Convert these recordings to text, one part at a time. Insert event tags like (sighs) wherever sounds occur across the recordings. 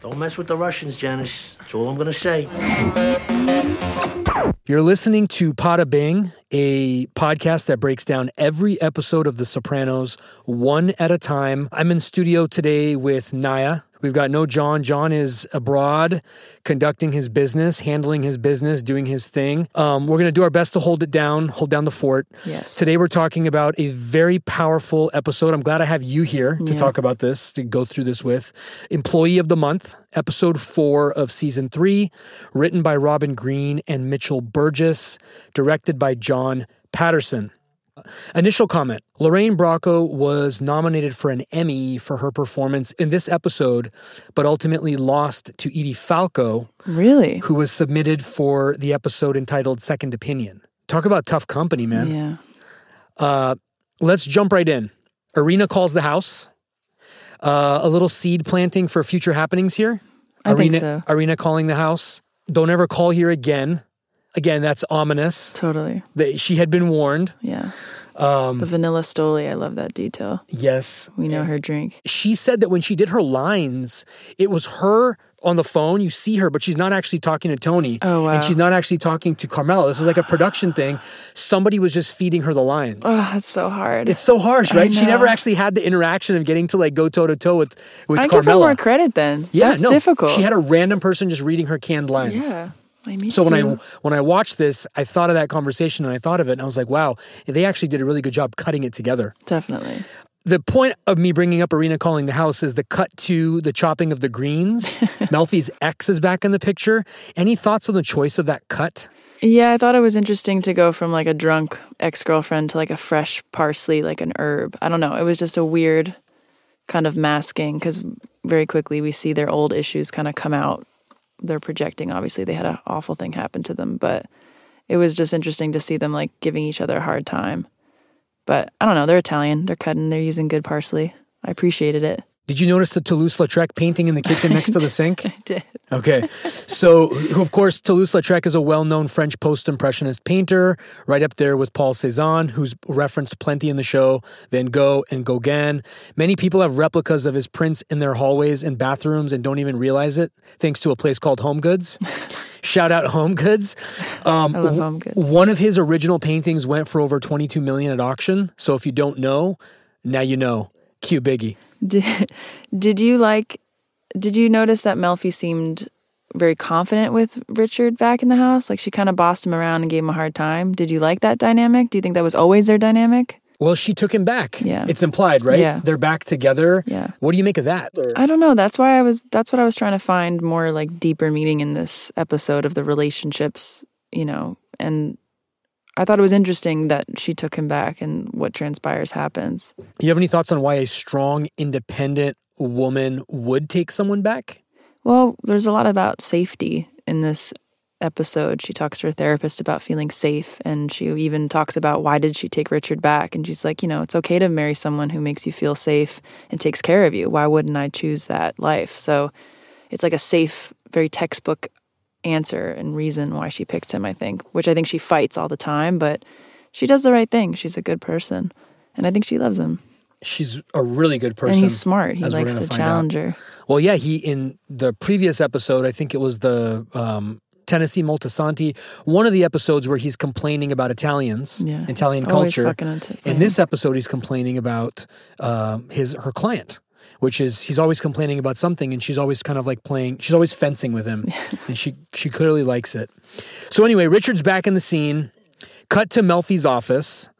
Don't mess with the Russians, Janice. That's all I'm going to say. You're listening to Pada Bing, a podcast that breaks down every episode of The Sopranos one at a time. I'm in studio today with Naya. We've got no John. John is abroad, conducting his business, handling his business, doing his thing. Um, we're going to do our best to hold it down, hold down the fort. Yes. Today we're talking about a very powerful episode. I'm glad I have you here to Yeah. talk about this, to go through this with. Employee of the Month, episode four of season three, written by Robin Green and Mitchell Burgess, directed by John Patterson. Initial comment Lorraine Bracco was nominated for an Emmy for her performance in this episode, but ultimately lost to Edie Falco, Really? who was submitted for the episode entitled Second Opinion. Talk about tough company, man. Yeah. Let's jump right in. Arena calls the house. Uh, a little seed planting for future happenings here. I think Arena, so. Arena calling the house. Don't ever call here again. Again, that's ominous. Totally. They, she had been warned. Yeah. Um, the vanilla stoli. I love that detail. Yes, We know her drink. she said that when she did her lines, it was her on the phone. You see her, but she's not actually talking to Tony. Oh, wow. And she's not actually talking to Carmela. This is like a production thing. Somebody was just feeding her the lines. Oh, that's so hard. It's Ah, so harsh, I right? She never know. actually had the interaction of getting to like go toe to toe with with I give her Carmela. more credit then. yeah, that's no, difficult. She had a random person just reading her canned lines. yeah. I miss So when I you. when I watched this, I thought of that conversation and I thought of it and I was like, wow, they actually did a really good job cutting it together. definitely the point of me bringing up arena calling the house is the cut to the chopping of the greens (laughs) melfi's ex is back in the picture any thoughts on the choice of that cut yeah. I thought it was interesting to go from like a drunk ex girlfriend to like a fresh parsley, like an herb. I don't know. It was just a weird kind of masking because very quickly we see their old issues kind of come out. They're projecting. Obviously, they had an awful thing happen to them, but it was just interesting to see them like giving each other a hard time. But I don't know. They're Italian. They're cutting. They're using good parsley. I appreciated it. (laughs) did you notice the toulouse-lautrec painting in the kitchen next to the (laughs) sink Did Okay. So, who, of course, Toulouse Lautrec is a well known French post impressionist painter, right up there with Paul Cézanne, who's referenced plenty in the show, Van Gogh, and Gauguin. Many people have replicas of his prints in their hallways and bathrooms and don't even realize it, thanks to a place called Home (laughs) Goods. Shout out Home Goods. Um, I love w- Home Goods. One of his original paintings went for over 22 million at auction. So, if you don't know, now you know. Q Biggie. did, did you like? Did you notice that Melfi seemed very confident with Richard back in the house? Like she kind of bossed him around and gave him a hard time. Did you like that dynamic? Do you think that was always their dynamic? Well, she took him back. Yeah. It's implied, right? Yeah. They're back together. Yeah. What do you make of that? Or- I don't know. That's why I was. That's what I was trying to find more like deeper meaning in this episode of the relationships. You know, and I thought it was interesting that she took him back and what transpires happens. you have any thoughts on why a strong, independent woman would take someone back? Well, there's a lot about safety in this episode. She talks to her therapist about feeling safe and she even talks about why did she take Richard back and she's like, you know, it's okay to marry someone who makes you feel safe and takes care of you. Why wouldn't I choose that life? So it's like a safe, very textbook answer and reason why she picked him, I think, which I think she fights all the time, but she does the right thing. She's a good person. And I think she loves him. She's a really good person. And he's smart. He as we're likes gonna to find out. challenge her. Well, yeah, he in the previous episode, I think it was the um, Tennessee Moltisanti, one of the episodes where he's complaining about Italians, Yeah. he's Italian always culture. fucking on t- In this episode, he's complaining about um, his her client, which is he's always complaining about something, and she's always kind of like playing. She's always fencing with him, and she she clearly likes it. So anyway, Richard's back in the scene. Cut to Melfi's office.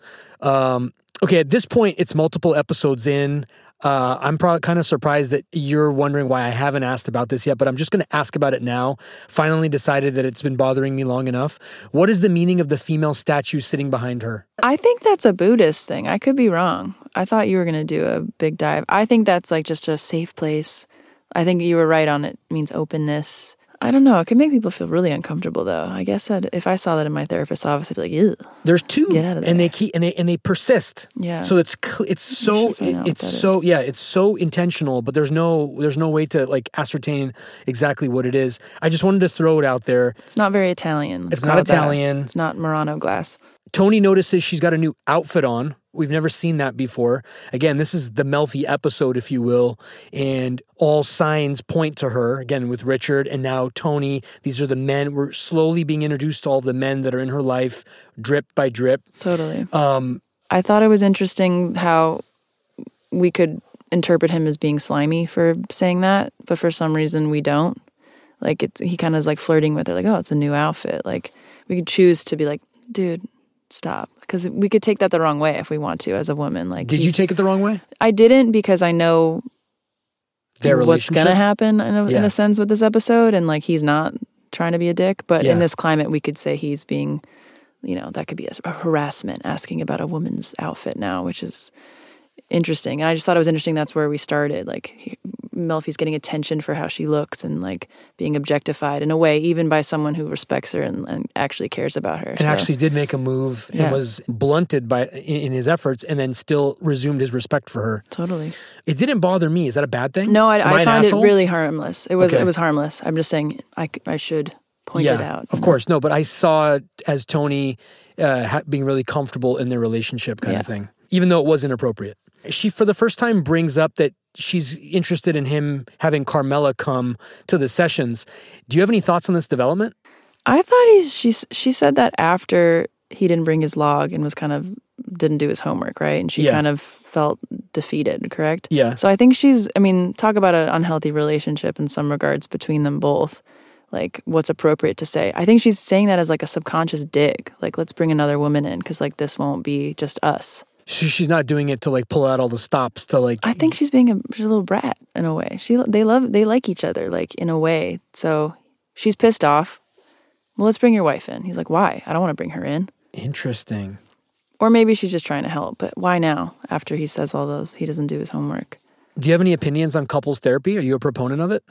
Um, okay, at this point, it's multiple episodes in. Uh, I'm probably kind of surprised that you're wondering why I haven't asked about this yet, but I'm just going to ask about it now. Finally decided that it's been bothering me long enough. What is the meaning of the female statue sitting behind her? I think that's a Buddhist thing. I could be wrong. I thought you were going to do a big dive. I think that's like just a safe place. I think you were right on it means openness. I don't know. It can make people feel really uncomfortable though. I guess that if I saw that in my therapist's office, I'd be like, ew. There's two, Get out of and they there. keep and they and they persist. Yeah. So it's cl- it's so should find out what it's that so is. yeah it's so intentional, but there's no there's no way to like ascertain exactly what it is. I just wanted to throw it out there. It's not very Italian. Let's It's not call it that. Italian. It's not Murano glass. Tony notices she's got a new outfit on. We've never seen that before. Again, this is the Melfi episode, if you will, and all signs point to her. Again, with Richard and now Tony. These are the men. We're slowly being introduced to all the men that are in her life, drip by drip. Totally. Um, I thought it was interesting how we could interpret him as being slimy for saying that, but for some reason we don't. Like it's he kind of is like flirting with her, like, oh, it's a new outfit. Like we could choose to be like, dude, stop, because we could take that the wrong way if we want to as a woman. Like, did you he's- take it the wrong way? I didn't because I know Their what's relationship. gonna happen in a, in Yeah. a sense with this episode, and like he's not trying to be a dick, but Yeah. in this climate, we could say he's being, you know, that could be a, a harassment asking about a woman's outfit now, which is interesting. And I just thought it was interesting. That's where we started. Like he, Melfi's getting attention for how she looks and like being objectified in a way, even by someone who respects her and, and actually cares about her. and actually did make a move and Yeah. was blunted by in, in his efforts, and then still resumed his respect for her. totally. It didn't bother me. Is that a bad thing? No, I, Am I an found it asshole? really harmless. It was Okay. it was harmless. I'm just saying I, c- I should point it out. Of course, no, but I saw it as Tony uh, ha- being really comfortable in their relationship kind Yeah. of thing, even though it was inappropriate. She, for the first time, brings up that she's interested in him having Carmela come to the sessions. Do you have any thoughts on this development? I thought he's she she said that after he didn't bring his log and was kind of didn't do his homework, right? And she Yeah. kind of felt defeated, correct? Yeah. So I think she's I mean, talk about an unhealthy relationship in some regards between them both. Like what's appropriate to say. I think she's saying that as like a subconscious dig, like let's bring another woman in cuz like this won't be just us. She, she's not doing it to like pull out all the stops to like. I think she's being a, she's a little brat in a way. She they love they like each other like in a way. So she's pissed off. Well, let's bring your wife in. He's like, "Why? I don't want to bring her in." Interesting. Or maybe she's just trying to help, but why now after he says all those he doesn't do his homework? Do you have any opinions on couples therapy? Are you a proponent of it?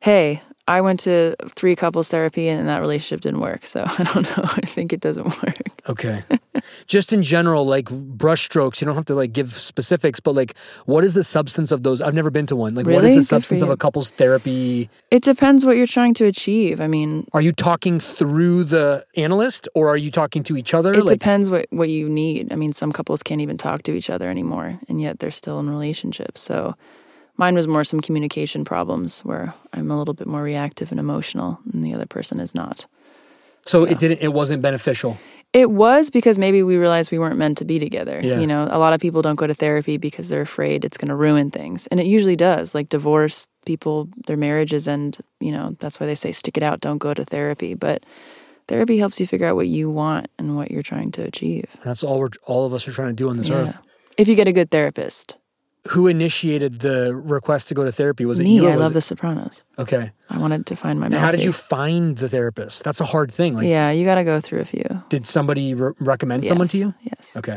Hey, I went to three couples therapy and that relationship didn't work. So (laughs) I don't know. I think it doesn't (laughs) work. Okay. (laughs) Just in general, like brushstrokes, you don't have to like give specifics, but like what is the substance of those? I've never been to one. Like what is Really? the Good for substance of you. a couple's therapy? It depends what you're trying to achieve. I mean, Are you talking through the analyst or are you talking to each other? it like depends what, what you need. I mean, some couples can't even talk to each other anymore, and yet they're still in relationships. So mine was more some communication problems where I'm a little bit more reactive and emotional, and the other person is not. so it didn't it wasn't beneficial. It was because maybe we realized we weren't meant to be together. Yeah. You know, a lot of people don't go to therapy because they're afraid it's going to ruin things. And it usually does. Like divorce, people, their marriages end, you know, that's why they say stick it out, don't go to therapy. But therapy helps you figure out what you want and what you're trying to achieve. And that's all we're all of us are trying to do on this earth. If you get a good therapist. Who initiated the request to go to therapy? Was it Me, you? or I was love it- The Sopranos. Okay. I wanted to find my And how did Melfi. you find the therapist? That's a hard thing. Like yeah, you got to go through a few. did somebody re- recommend someone to Yes, you? Yes. Okay.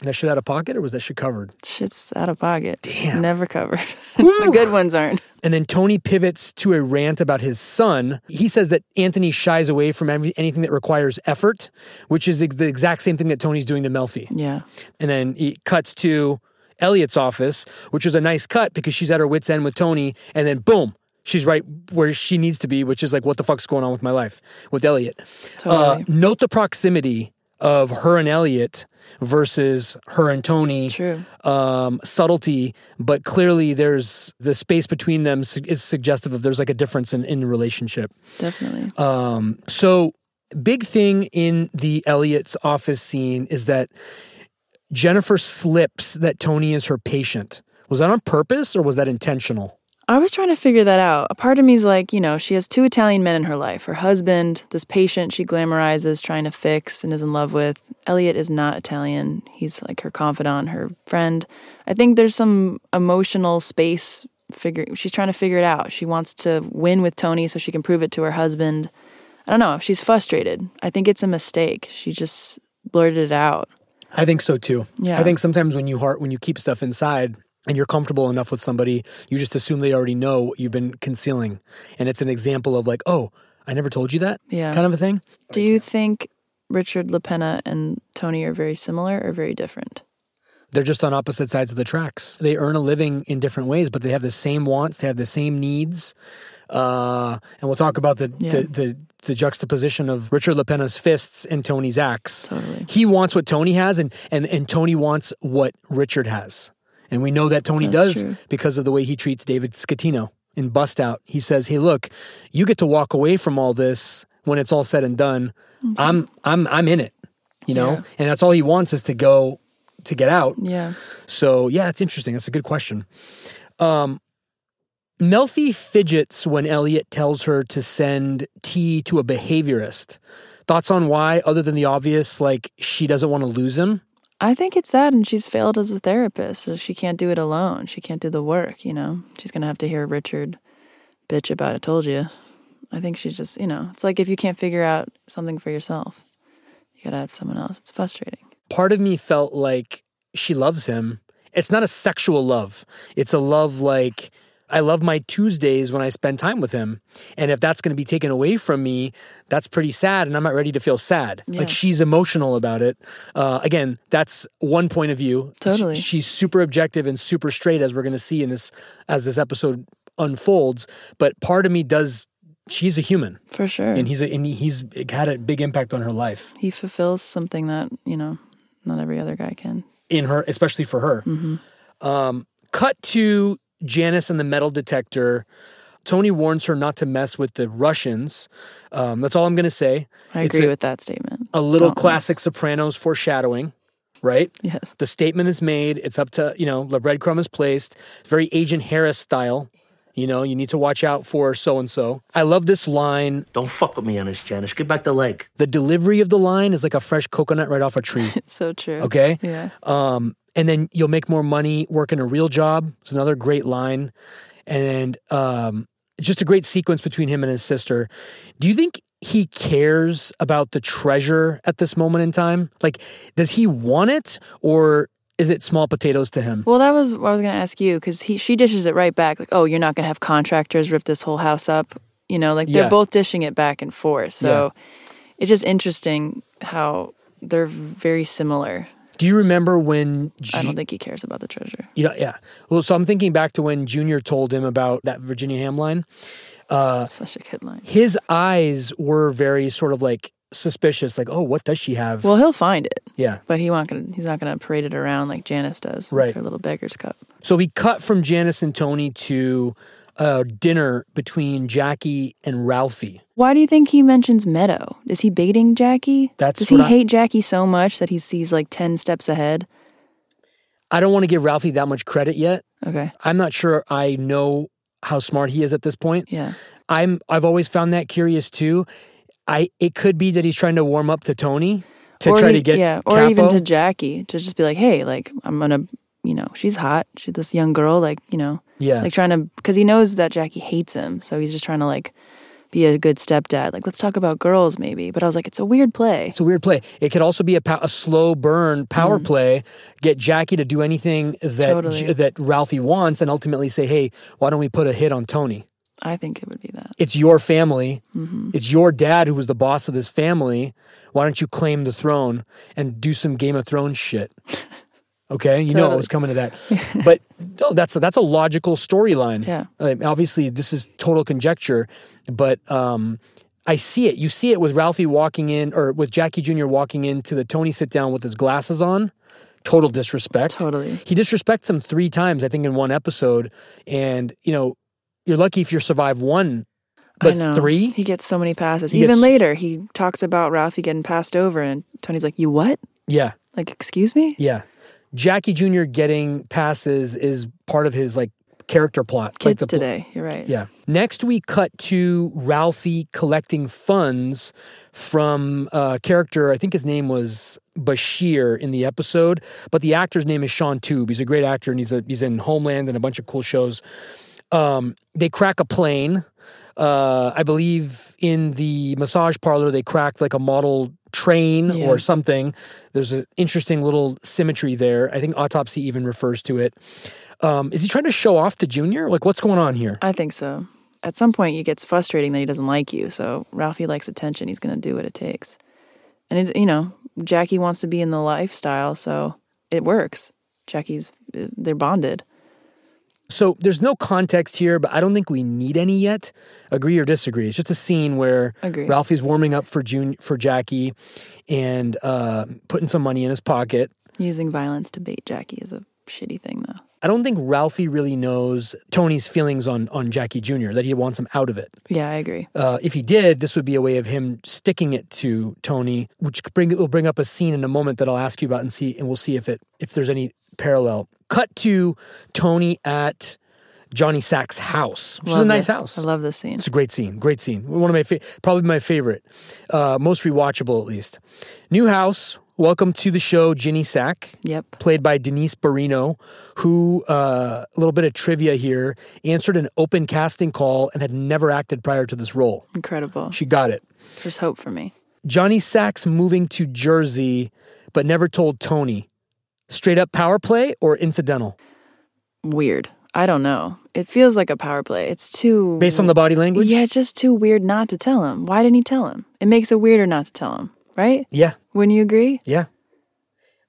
And that shit out of pocket or was that shit covered? Shit's out of pocket. Damn. Never covered. (laughs) the good ones aren't. And then Tony pivots to a rant about his son. He says that Anthony shies away from every, anything that requires effort, which is the exact same thing that Tony's doing to Melfi. Yeah. And then it cuts to Elliot's office, which is a nice cut because she's at her wits' end with Tony. And then boom, she's right where she needs to be, which is like, what the fuck's going on with my life with Elliot? Totally. Uh, note the proximity of her and Elliot versus her and Tony True. um, subtlety, but clearly there's the space between them su- is suggestive of there's like a difference in, in the relationship. Definitely. Um, so, big thing in the Elliot's office scene is that Jennifer slips that Tony is her patient. Was that on purpose or was that intentional? I was trying to figure that out. A part of me's like, you know, she has two Italian men in her life. Her husband, this patient she glamorizes, trying to fix and is in love with. Elliot is not Italian. He's like her confidant, her friend. I think there's some emotional space figure she's trying to figure it out. She wants to win with Tony so she can prove it to her husband. I don't know. She's frustrated. I think it's a mistake. She just blurted it out. I think so too. Yeah. I think sometimes when you heart when you keep stuff inside and you're comfortable enough with somebody, you just assume they already know what you've been concealing. And it's an example of like, oh, I never told you that. Yeah. Kind of a thing. Do you think Richard LaPena and Tony are very similar or very different? They're just on opposite sides of the tracks. They earn a living in different ways, but they have the same wants. They have the same needs. Uh, and we'll talk about the, Yeah. the the the juxtaposition of Richard LaPena's fists and Tony's axe. Totally. He wants what Tony has, and and and Tony wants what Richard has. And we know that Tony That's does true. because of the way he treats David Scatino in Bust Out. He says, "Hey, look, you get to walk away from all this when it's all said and done. I'm I'm I'm in it, you know." Mm-hmm. Yeah. And that's all he wants is to go to get out. Yeah. So yeah, it's interesting. That's a good question. Um, Melfi fidgets when Elliot tells her to send T to a behaviorist. Thoughts on why, other than the obvious, like she doesn't want to lose him? I think it's that, and she's failed as a therapist. So she can't do it alone. She can't do the work, you know? She's going to have to hear Richard bitch about I told you. I think she's just, you know, it's like if you can't figure out something for yourself, you got to have someone else. It's frustrating. Part of me felt like she loves him. It's not a sexual love. It's a love like I love my Tuesdays when I spend time with him. And if that's going to be taken away from me, that's pretty sad. And I'm not ready to feel sad. Yeah. Like she's emotional about it. Uh, again, that's one point of view. Totally. Sh- she's super objective and super straight as we're going to see in this as this episode unfolds but part of me does she's a human For sure. and he's a, and he's had a big impact on her life he fulfills something that, you know, not every other guy can. in her especially for her um, cut to janice and the metal detector tony warns her not to mess with the russians um, that's all i'm going to say I It's agree a- Oh. with that statement. a little Don't mess. classic sopranos foreshadowing right (laughs) Yes. the statement is made. It's up to, you know, the breadcrumb is placed. It's very Agent Harris style. You know, you need to watch out for so and so. I love this line. Don't fuck with me on this, Janice. Get back the leg. The delivery of the line is like a fresh coconut right off a tree. It's so true. Okay. Yeah. Um, and then you'll make more money working a real job. It's another great line. And um, just a great sequence between him and his sister. Do you think he cares about the treasure at this moment in time? Like, does he want it or is it small potatoes to him? Well, that was what I was going to ask you because he she dishes it right back. Like, oh, you're not going to have contractors rip this whole house up. You know, like Yeah. they're both dishing it back and forth. So it's just interesting how they're very similar. Do you remember when I Ju- don't think he cares about the treasure. you know, yeah. Well, so I'm thinking back to when Junior told him about that Virginia Ham line. Uh, Such a kid line. His eyes were very sort of like suspicious, like, oh, what does she have? Well, he'll find it, yeah. but he won't gonna, he's not going to parade it around like Janice does with Right. her little beggar's cup. So we cut from Janice and Tony to a dinner between Jackie and Ralphie. Why do you think he mentions Meadow? Is he baiting Jackie? That's Does he what I- hate Jackie so much that he sees like 10 steps ahead? I don't want to give Ralphie that much credit yet. Okay. I'm not sure I know how smart he is at this point. Yeah. I'm I've always found that curious too. I it could be that he's trying to warm up to Tony to try he- to get yeah, or even Capo. to Jackie to just be like, hey, like I'm gonna, you know, she's hot, she this young girl, like you know, yeah. like trying to because he knows that Jackie hates him, so he's just trying to like be a good stepdad. Like let's talk about girls maybe. But I was like, it's a weird play. It's a weird play. It could also be a, pow- a slow burn power play, get Jackie to do anything that Mm-hmm. Totally. J- that Ralphie wants, and ultimately say, "Hey, why don't we put a hit on Tony? I think it would be that. It's your family. Mm-hmm. It's your dad who was the boss of this family. Why don't you claim the throne and do some Game of Thrones (laughs) shit?" Okay, you know I Totally. was coming to that, (laughs) but no, that's a, that's a logical storyline. Yeah. Um, obviously this is total conjecture, but um, I see it. You see it with Ralphie walking in, or with Jackie Jr. walking into the Tony sit down with his glasses on. Total disrespect. Totally. He disrespects him three times, I think, in one episode. And you know, you're lucky if you survive one, I but know. three. He gets so many passes. He Even gets- later, he talks about Ralphie getting passed over, and Tony's like, "You what? yeah, Like, excuse me? yeah. Jackie Jr. getting passes is part of his like character plot. like Kids the pl- today. You're right. Yeah. Next, we cut to Ralphie collecting funds from a character. I think his name was Bashir in the episode, but the actor's name is Sean Tube. He's a great actor, and he's a, he's in Homeland and a bunch of cool shows. Um, they crack a plane. Uh, I believe in the massage parlor they cracked like a model train Yeah. or something. There's an interesting little symmetry there. I think autopsy even refers to it. Um, is he trying to show off to Junior? Like, what's going on here? I think so. At some point, it gets frustrating that he doesn't like you. So Ralphie likes attention. He's going to do what it takes. And, it, you know, Jackie wants to be in the lifestyle. So it works. Jackie's, they're bonded. So there's no context here, but I don't think we need any yet. Agree or disagree? It's just a scene where Agree. Ralphie's warming up for June for Jackie, and uh, putting some money in his pocket. Using violence to bait Jackie is a shitty thing, though. I don't think Ralphie really knows Tony's feelings on on Jackie Jr. That he wants him out of it. Yeah, I agree. Uh, if he did, this would be a way of him sticking it to Tony, which could bring will bring up a scene in a moment that I'll ask you about and see, and we'll see if it if there's any parallel. Cut to Tony at Johnny Sack's house, which is a Love nice it. house. I love this scene. It's a great scene. Great scene. One of my fa- probably my favorite, uh, most rewatchable at least. New house. Welcome to the show, Ginny Sack Yep. played by Denise Barino, who, uh, a little bit of trivia here, answered an open casting call and had never acted prior to this role. Incredible. She got it. There's hope for me. Johnny Sacks moving to Jersey, but never told Tony. Straight up power play or incidental? Weird. I don't know. It feels like a power play. It's too. Based on the body language? Yeah, it's just too weird not to tell him. Why didn't he tell him? It makes it weirder not to tell him, right? Yeah. Wouldn't you agree? Yeah.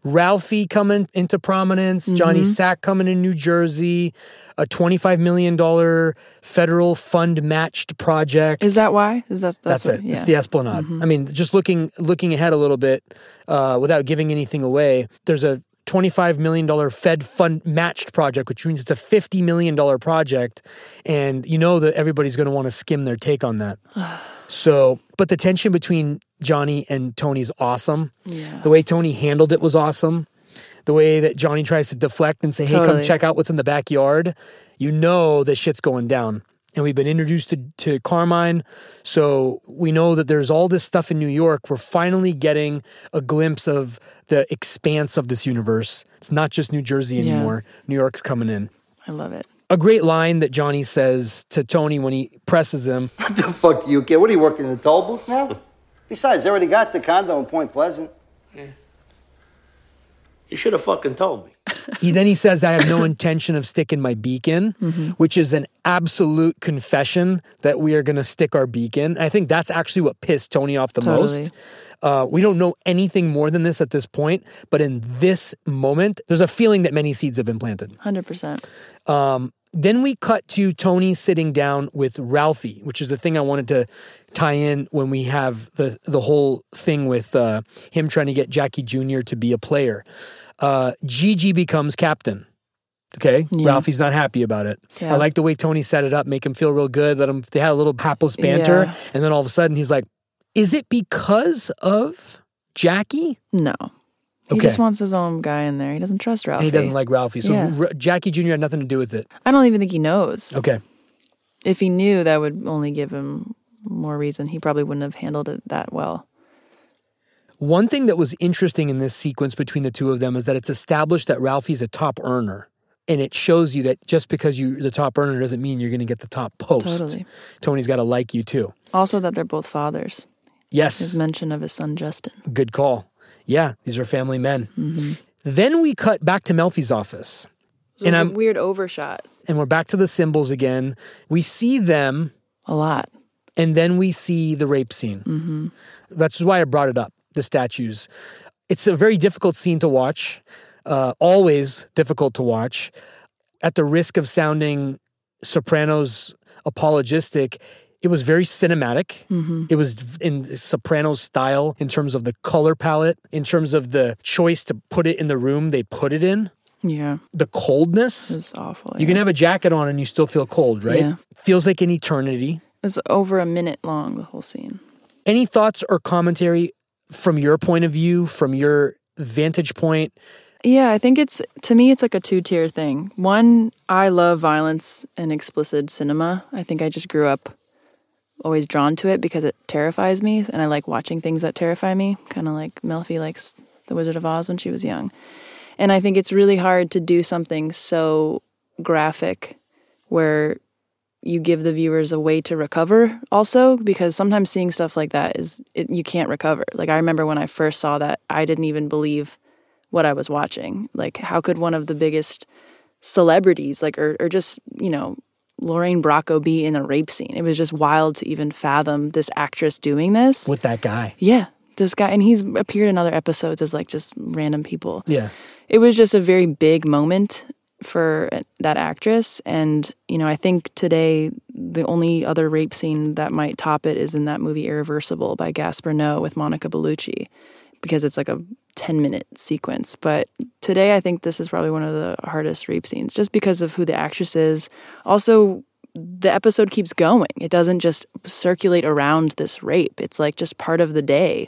Ralphie coming into prominence, Johnny Mm-hmm. Sack coming in New Jersey, a $25 million federal fund matched project. Is that why? Is that that's, That's, what- it. Yeah. Mm-hmm. It's the Esplanade. I mean, just looking looking ahead a little bit, uh, without giving anything away. There's a twenty-five million dollar Fed fund matched project, which means it's a fifty million dollar project, and you know that everybody's going to want to skim their take on (sighs) that. so, but the tension between Johnny and Tony's awesome. yeah. The way Tony handled it was awesome. The way that Johnny tries to deflect and say, "Hey, come Totally. check out what's in the backyard," you know that shit's going down. And we've been introduced to, to Carmine, so we know that there's all this stuff in New York. We're finally getting a glimpse of the expanse of this universe. It's not just New Jersey Yeah. anymore. New York's coming in. I love it. A great line that Johnny says to Tony when he presses him. What the fuck do you care? What are you working in the toll booth now? Besides, they already got the condo in Point Pleasant. You should have fucking told me. he then he says, "I have no intention of sticking my beak in," which is an absolute confession that we are going to stick our beak in. I think that's actually what pissed Tony off the Totally. most. Uh, we don't know anything more than this at this point, but in this moment, there's a feeling that many seeds have been planted. Hundred percent. Then we cut to Tony sitting down with Ralphie, which is the thing I wanted to tie in when we have the the whole thing with uh, him trying to get Jackie Jr. to be a player. Uh, Gigi becomes captain. Okay, Yeah. Ralphie's not happy about it. Yeah. I like the way Tony set it up, make him feel real good. Let him they had a little hapless banter, Yeah. and then all of a sudden he's like, "Is it because of Jackie?" No. He Okay. just wants his own guy in there. He doesn't trust And Ralphie. he doesn't like Ralphie, so Yeah. R- Jackie Jr. had nothing to do with it. I don't even think he knows. Okay, If he knew, that would only give him more reason. He probably wouldn't have handled it that well. One thing that was interesting in this sequence between the two of them is that it's established that Ralphie's a top earner. And it shows you that just because you're the top earner doesn't mean you're going to get the top post. Totally. Tony's got to like you too. Also, that they're both fathers. His Yes, mention of his son Justin. good call. Yeah, these are family men. Mm-hmm. Then we cut back to Melfi's office. So And I'm- weird overshot. And we're back to the symbols again. We see them A lot. and then we see the rape scene. Mm-hmm. That's why I brought it up the statues. It's a very difficult scene to watch, uh, always difficult to watch. At the risk of sounding Sopranos apologistic, it was very cinematic. It was v- in Sopranos style in terms of the color palette, in terms of the choice to put it in the room they put it in, Yeah, the coldness. it was awful. you can have a jacket on and you still feel cold, right? Yeah. Feels like an eternity. it was over a minute long. The whole scene. any thoughts or commentary from your point of view, from your vantage point? Yeah, I think it's to me it's like a two-tier thing. One, I love violence and explicit cinema. I think I just grew up always drawn to it because it terrifies me and I like watching things that terrify me, kind of like Melfi likes The Wizard of Oz when she was young. And I think it's really hard to do something so graphic where you give the viewers a way to recover also because sometimes seeing stuff like that is it, you can't recover. Like I remember when I first saw that, I didn't even believe what I was watching. Like, how could one of the biggest celebrities, like, or, or just, you know, Lorraine Bracco be in a rape scene? It was just wild to even fathom this actress doing this. With that guy. Yeah. This guy, and he's appeared in other episodes as like just random people. Yeah. It was just a very big moment for that actress. And, you know, I think today the only other rape scene that might top it is in that movie Irreversible by Gaspar Noe with Monica Bellucci because it's like a 10 minute sequence. But today I think this is probably one of the hardest rape scenes just because of who the actress is. Also, the episode keeps going. It doesn't just circulate around this rape. It's like just part of the day.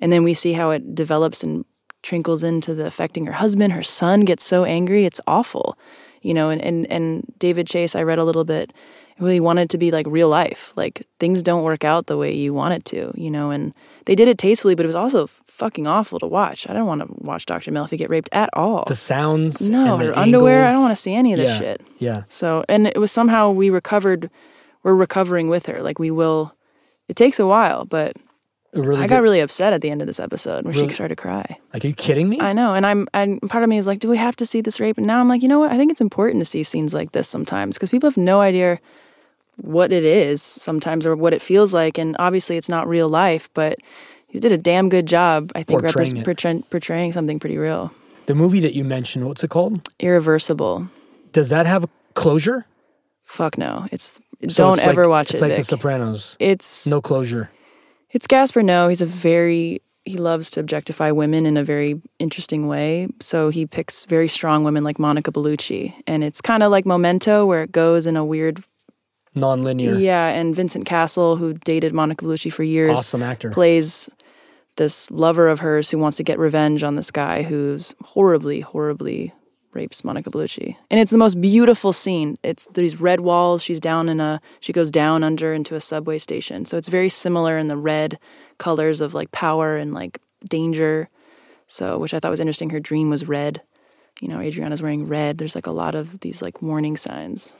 And then we see how it develops and trickles into the affecting her husband. Her son gets so angry. It's awful. You know, and, and, and David Chase, I read a little bit, really wanted to be like real life. Like things don't work out the way you want it to, you know, and they did it tastefully, but it was also fucking awful to watch. I don't want to watch Dr. Melfi get raped at all. The sounds. no, and the her underwear. I don't angles. want to see any of this yeah, shit. Yeah. So, and it was somehow we recovered, we're recovering with her. Like we will, it takes a while, but A Really I good- got really upset at the end of this episode where Really- she started to cry. like, are you kidding me? I know. And I'm, and part of me is like, do we have to see this rape? And now I'm like, you know what? I think it's important to see scenes like this sometimes because people have no idea what it is sometimes or what it feels like. And obviously it's not real life, but he did a damn good job, I think, Portraying it. portray- portraying something pretty real. the movie that you mentioned, what's it called? Irreversible. Does that have closure? Fuck no. It's, So don't it's like- ever watch It's it. like The Vic. Sopranos. it's No closure. It's Gaspar No. He's a very he loves to objectify women in a very interesting way. So he picks very strong women like Monica Bellucci, and it's kind of like Memento, where it goes in a weird Non-linear. yeah. And Vincent Castle, who dated Monica Bellucci for years, Awesome actor. plays this lover of hers who wants to get revenge on this guy who's horribly, horribly rapes Monica Bellucci. And it's the most beautiful scene. It's these red walls. She's down in a, she goes down under into a subway station. So it's very similar in the red colors of like power and like danger. So, which I thought was interesting. Her dream was red. You know, Adriana's wearing red. There's like a lot of these like warning signs.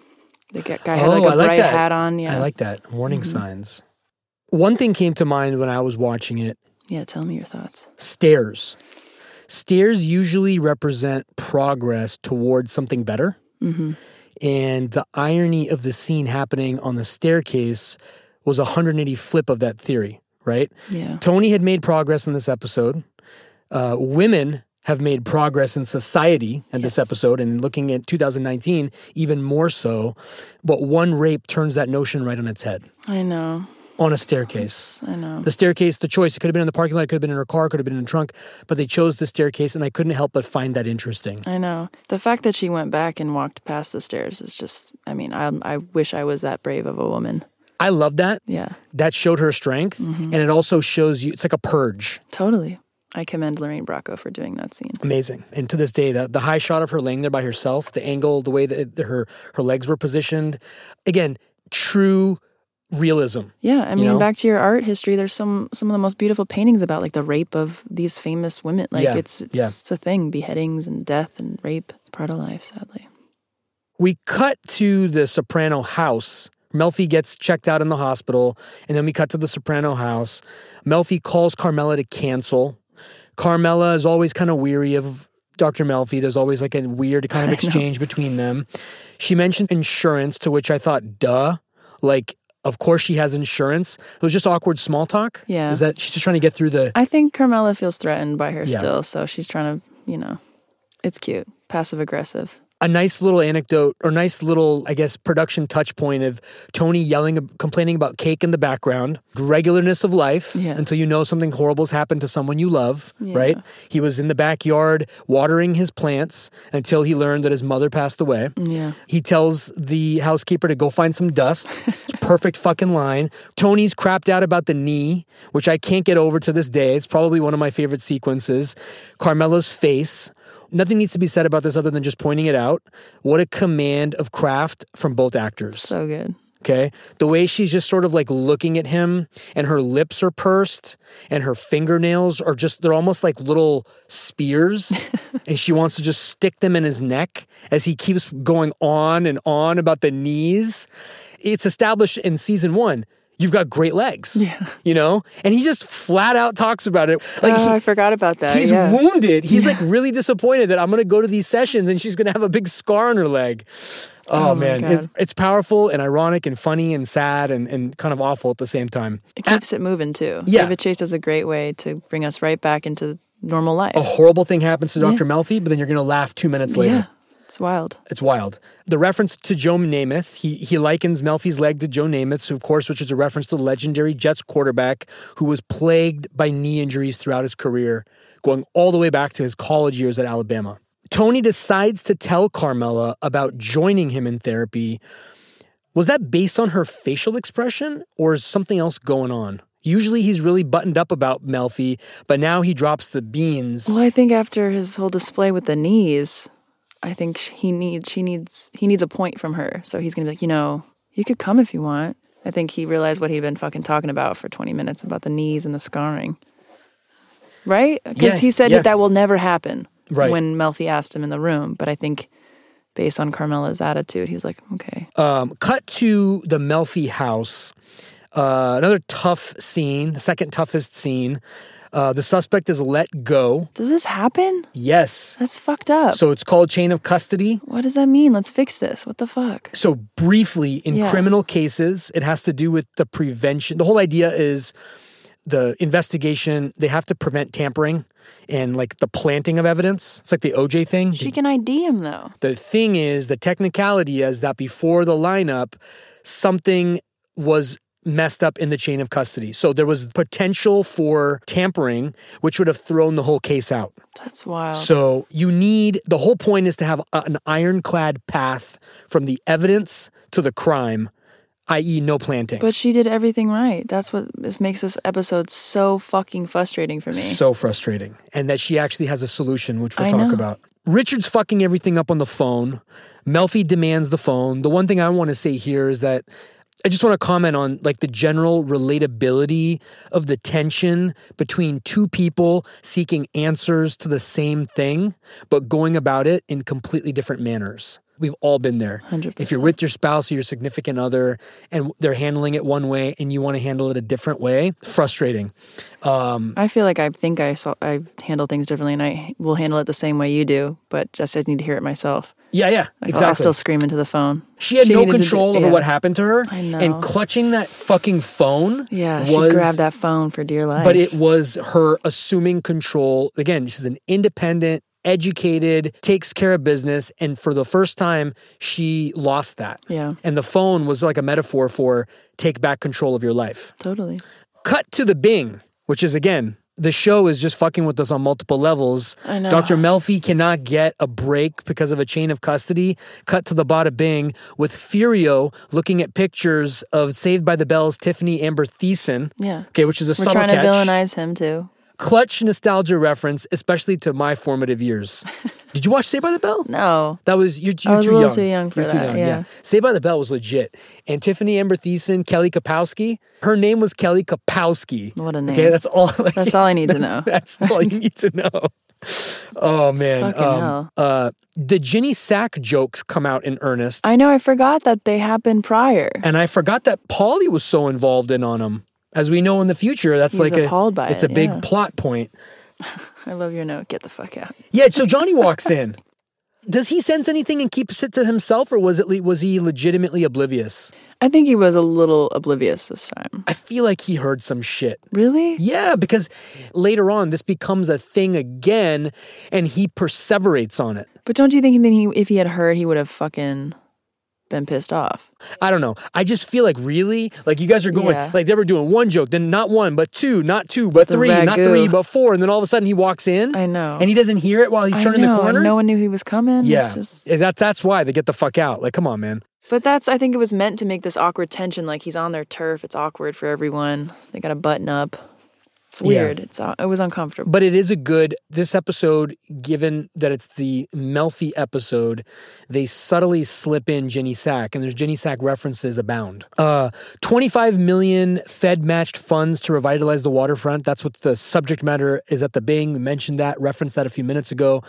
The g- guy had Oh, like a I like bright that. hat on. Yeah. I like that. Warning Mm-hmm. signs. One thing came to mind when I was watching it yeah. Tell me your thoughts. stairs. Stairs usually represent progress towards something better. And the irony of the scene happening on the staircase was a 180 flip of that theory, right? Yeah. Tony had made progress in this episode. Uh, women have made progress in society in this Yes. episode, and looking at 2019, even more so. But one rape turns that notion right on its head I know. on a staircase. I know. The staircase, the choice, it could have been in the parking lot, it could have been in her car, it could have been in a trunk, but they chose the staircase, and I couldn't help but find that interesting. I know. The fact that she went back and walked past the stairs is just, I mean, I, I wish I was that brave of a woman. I love that. Yeah, That showed her strength, and it also shows you it's like a purge. totally. I commend Lorraine Bracco for doing that scene. Amazing. And to this day, the, the high shot of her laying there by herself, the angle, the way that it- her her legs were positioned, again, true realism. Yeah, I mean, know? back to your art history, there's some some of the most beautiful paintings about like the rape of these famous women. Like Yeah, it's it's, yeah. it's a thing, beheadings and death and rape, part of life, sadly. We cut to the Soprano house. Melfi gets checked out in the hospital, and then we cut to the Soprano house. Melfi calls Carmela to cancel. Carmela is always kind of weary of Dr. Melfi. There's always like a weird kind of exchange between them. She mentioned insurance, to which I thought, duh. Like, of course she has insurance. It was just awkward small talk. Yeah. Is that she's just trying to get through the I think Carmela feels threatened by her Yeah. still, so she's trying to, you know, it's cute, passive aggressive. a nice little anecdote or nice little, I guess, production touch point of Tony yelling, complaining about cake in the background, regularness of life Yeah. until you know something horrible's happened to someone you love, Yeah. right? He was in the backyard watering his plants until he learned that his mother passed away. Yeah. He tells the housekeeper to go find some dust. It's a perfect fucking line. Tony's crapped out about the knee, which I can't get over to this day. It's probably one of my favorite sequences. Carmela's face. Nothing needs to be said about this other than just pointing it out. What a command of craft from both actors. So good. Okay. The way she's just sort of like looking at him and her lips are pursed and her fingernails are just, they're almost like little spears. and she wants to just stick them in his neck as he keeps going on and on about the knees. It's established in season one. You've got great legs. Yeah. You know? And he just flat out talks about it. Like oh, he- I forgot about that. He's yeah. wounded. He's like really disappointed that I'm going to go to these sessions and she's going to have a big scar on her leg. Oh, Oh my man, it's, God. it's powerful and ironic and funny and sad and, and kind of awful at the same time. It keeps it moving too. Yeah. David Chase does a great way to bring us right back into normal life. A horrible thing happens to Dr. Melfi, but then you're going to laugh two minutes later. yeah. It's wild. It's wild. The reference to Joe Namath, he, he likens Melfi's leg to Joe Namath's, of course, which is a reference to the legendary Jets quarterback who was plagued by knee injuries throughout his career, going all the way back to his college years at Alabama. Tony decides to tell Carmela about joining him in therapy. Was that based on her facial expression or is something else going on? Usually he's really buttoned up about Melfi, but now he drops the beans. Well, I think after his whole display with the knees, I think sh- he needs she needs he needs a point from her. So he's gonna be like, you know, you could come if you want. I think he realized what he'd been fucking talking about for 20 minutes about the knees and the scarring. Right? Because Yeah, he said yeah. that that will never happen Right. when Melfi asked him in the room. But I think based on Carmela's attitude, he was like, okay. Um, cut to the Melfi house. Uh, another tough scene, the second toughest scene. Uh, the suspect is let go. Does this happen? Yes. That's fucked up. So it's called chain of custody. what does that mean? Let's fix this. What the fuck? So, briefly, in Yeah. criminal cases, it has to do with the prevention. The whole idea is the investigation, they have to prevent tampering and like the planting of evidence. It's like the OJ thing. She can ID him though. The thing is, the technicality is that before the lineup, something was messed up in the chain of custody. So there was potential for tampering, which would have thrown the whole case out. That's wild. So you need the whole point is to have a- an ironclad path from the evidence to the crime, i.e., no planting. But she did everything right. That's what this makes this episode so fucking frustrating for me. So frustrating. And that she actually has a solution, which we'll I talk know. about. Richard's fucking everything up on the phone. Melfi demands the phone. The one thing I want to say here is that I just want to comment on like the general relatability of the tension between two people seeking answers to the same thing, but going about it in completely different manners. We've all been there. 100%. If you're with your spouse or your significant other and they're handling it one way and you want to handle it a different way, frustrating. I feel like I think I saw I handle things differently, and I will handle it the same way you do. But just I need to hear it myself. Yeah, yeah, Like, exactly. I'll still scream into the phone. She had no needed to do- control over yeah. what happened to her. I know. And clutching that fucking phone. Yeah, was, she grabbed that phone for dear life. But it was her assuming control. Again, she's an independent, educated, takes care of business. And for the first time, she lost that. Yeah. And the phone was like a metaphor for take back control of your life. totally. Cut to the Bing, which is again, the show is just fucking with us on multiple levels. I know. Dr. Melfi cannot get a break because of a chain of custody. Cut to the bada bing with Furio looking at pictures of Saved by the Bell's Tiffany Amber Thiessen. Yeah. Okay, which is a We're subtle trying catch. to villainize him too. Clutch nostalgia reference, especially to my formative (laughs) years. Did you watch Saved by the Bell? No, That was you're, you're was a too little young. too young for You're that, yeah. Saved by the Bell was legit. And Tiffany Amber Thiessen, Kelly Kapowski. Her name was Kelly Kapowski. What a Okay, name. that's all. like, (laughs) that's all I need to know. that's all you need to know. Oh man. Fucking hell. uh, the Ginny Sack jokes come out in earnest, I know. I forgot that they happened prior. and I forgot that Polly was so involved in on them. As we know in the future, that's He's like a appalled by it's it, a big yeah. plot point. I love your note. Get the fuck out. Yeah, so Johnny walks in. (laughs) Does he sense anything and keeps it to himself, or was it le- was he legitimately oblivious? I think he was a little oblivious this time. I feel like he heard some shit. Really? Yeah, because later on this becomes a thing again, and he perseverates on it. But don't you think then he, if he had heard, he would have fucking been pissed off? I don't know. I just feel like really, like you guys are going, Yeah. like they were doing one joke, then not one, but two, not two, but The three, not three, ragu. but four, and then all of a sudden he walks in, I know. and he doesn't hear it while he's I turning know, the and corner. No one knew he was coming. It's yeah, just- that that's why they get the fuck out. Like, come on, man. but that's, I think it was meant to make this awkward tension. Like he's on their turf. It's awkward for everyone. They got to button up. It's Yeah. weird. It's It's, it was uncomfortable. But it is a good this episode, given that it's the Melfi episode, they subtly slip in Jenny Sack, and there's Jenny Sack references abound. Uh, 25 million Fed matched funds to revitalize the waterfront. That's what the subject matter is at the Bing. We mentioned that, referenced that a few minutes ago.